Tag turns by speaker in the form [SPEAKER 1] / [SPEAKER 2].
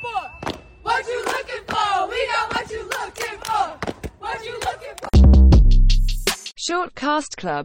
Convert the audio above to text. [SPEAKER 1] for. What you looking for? We got what you looking for. What you looking for?
[SPEAKER 2] Short Cast Club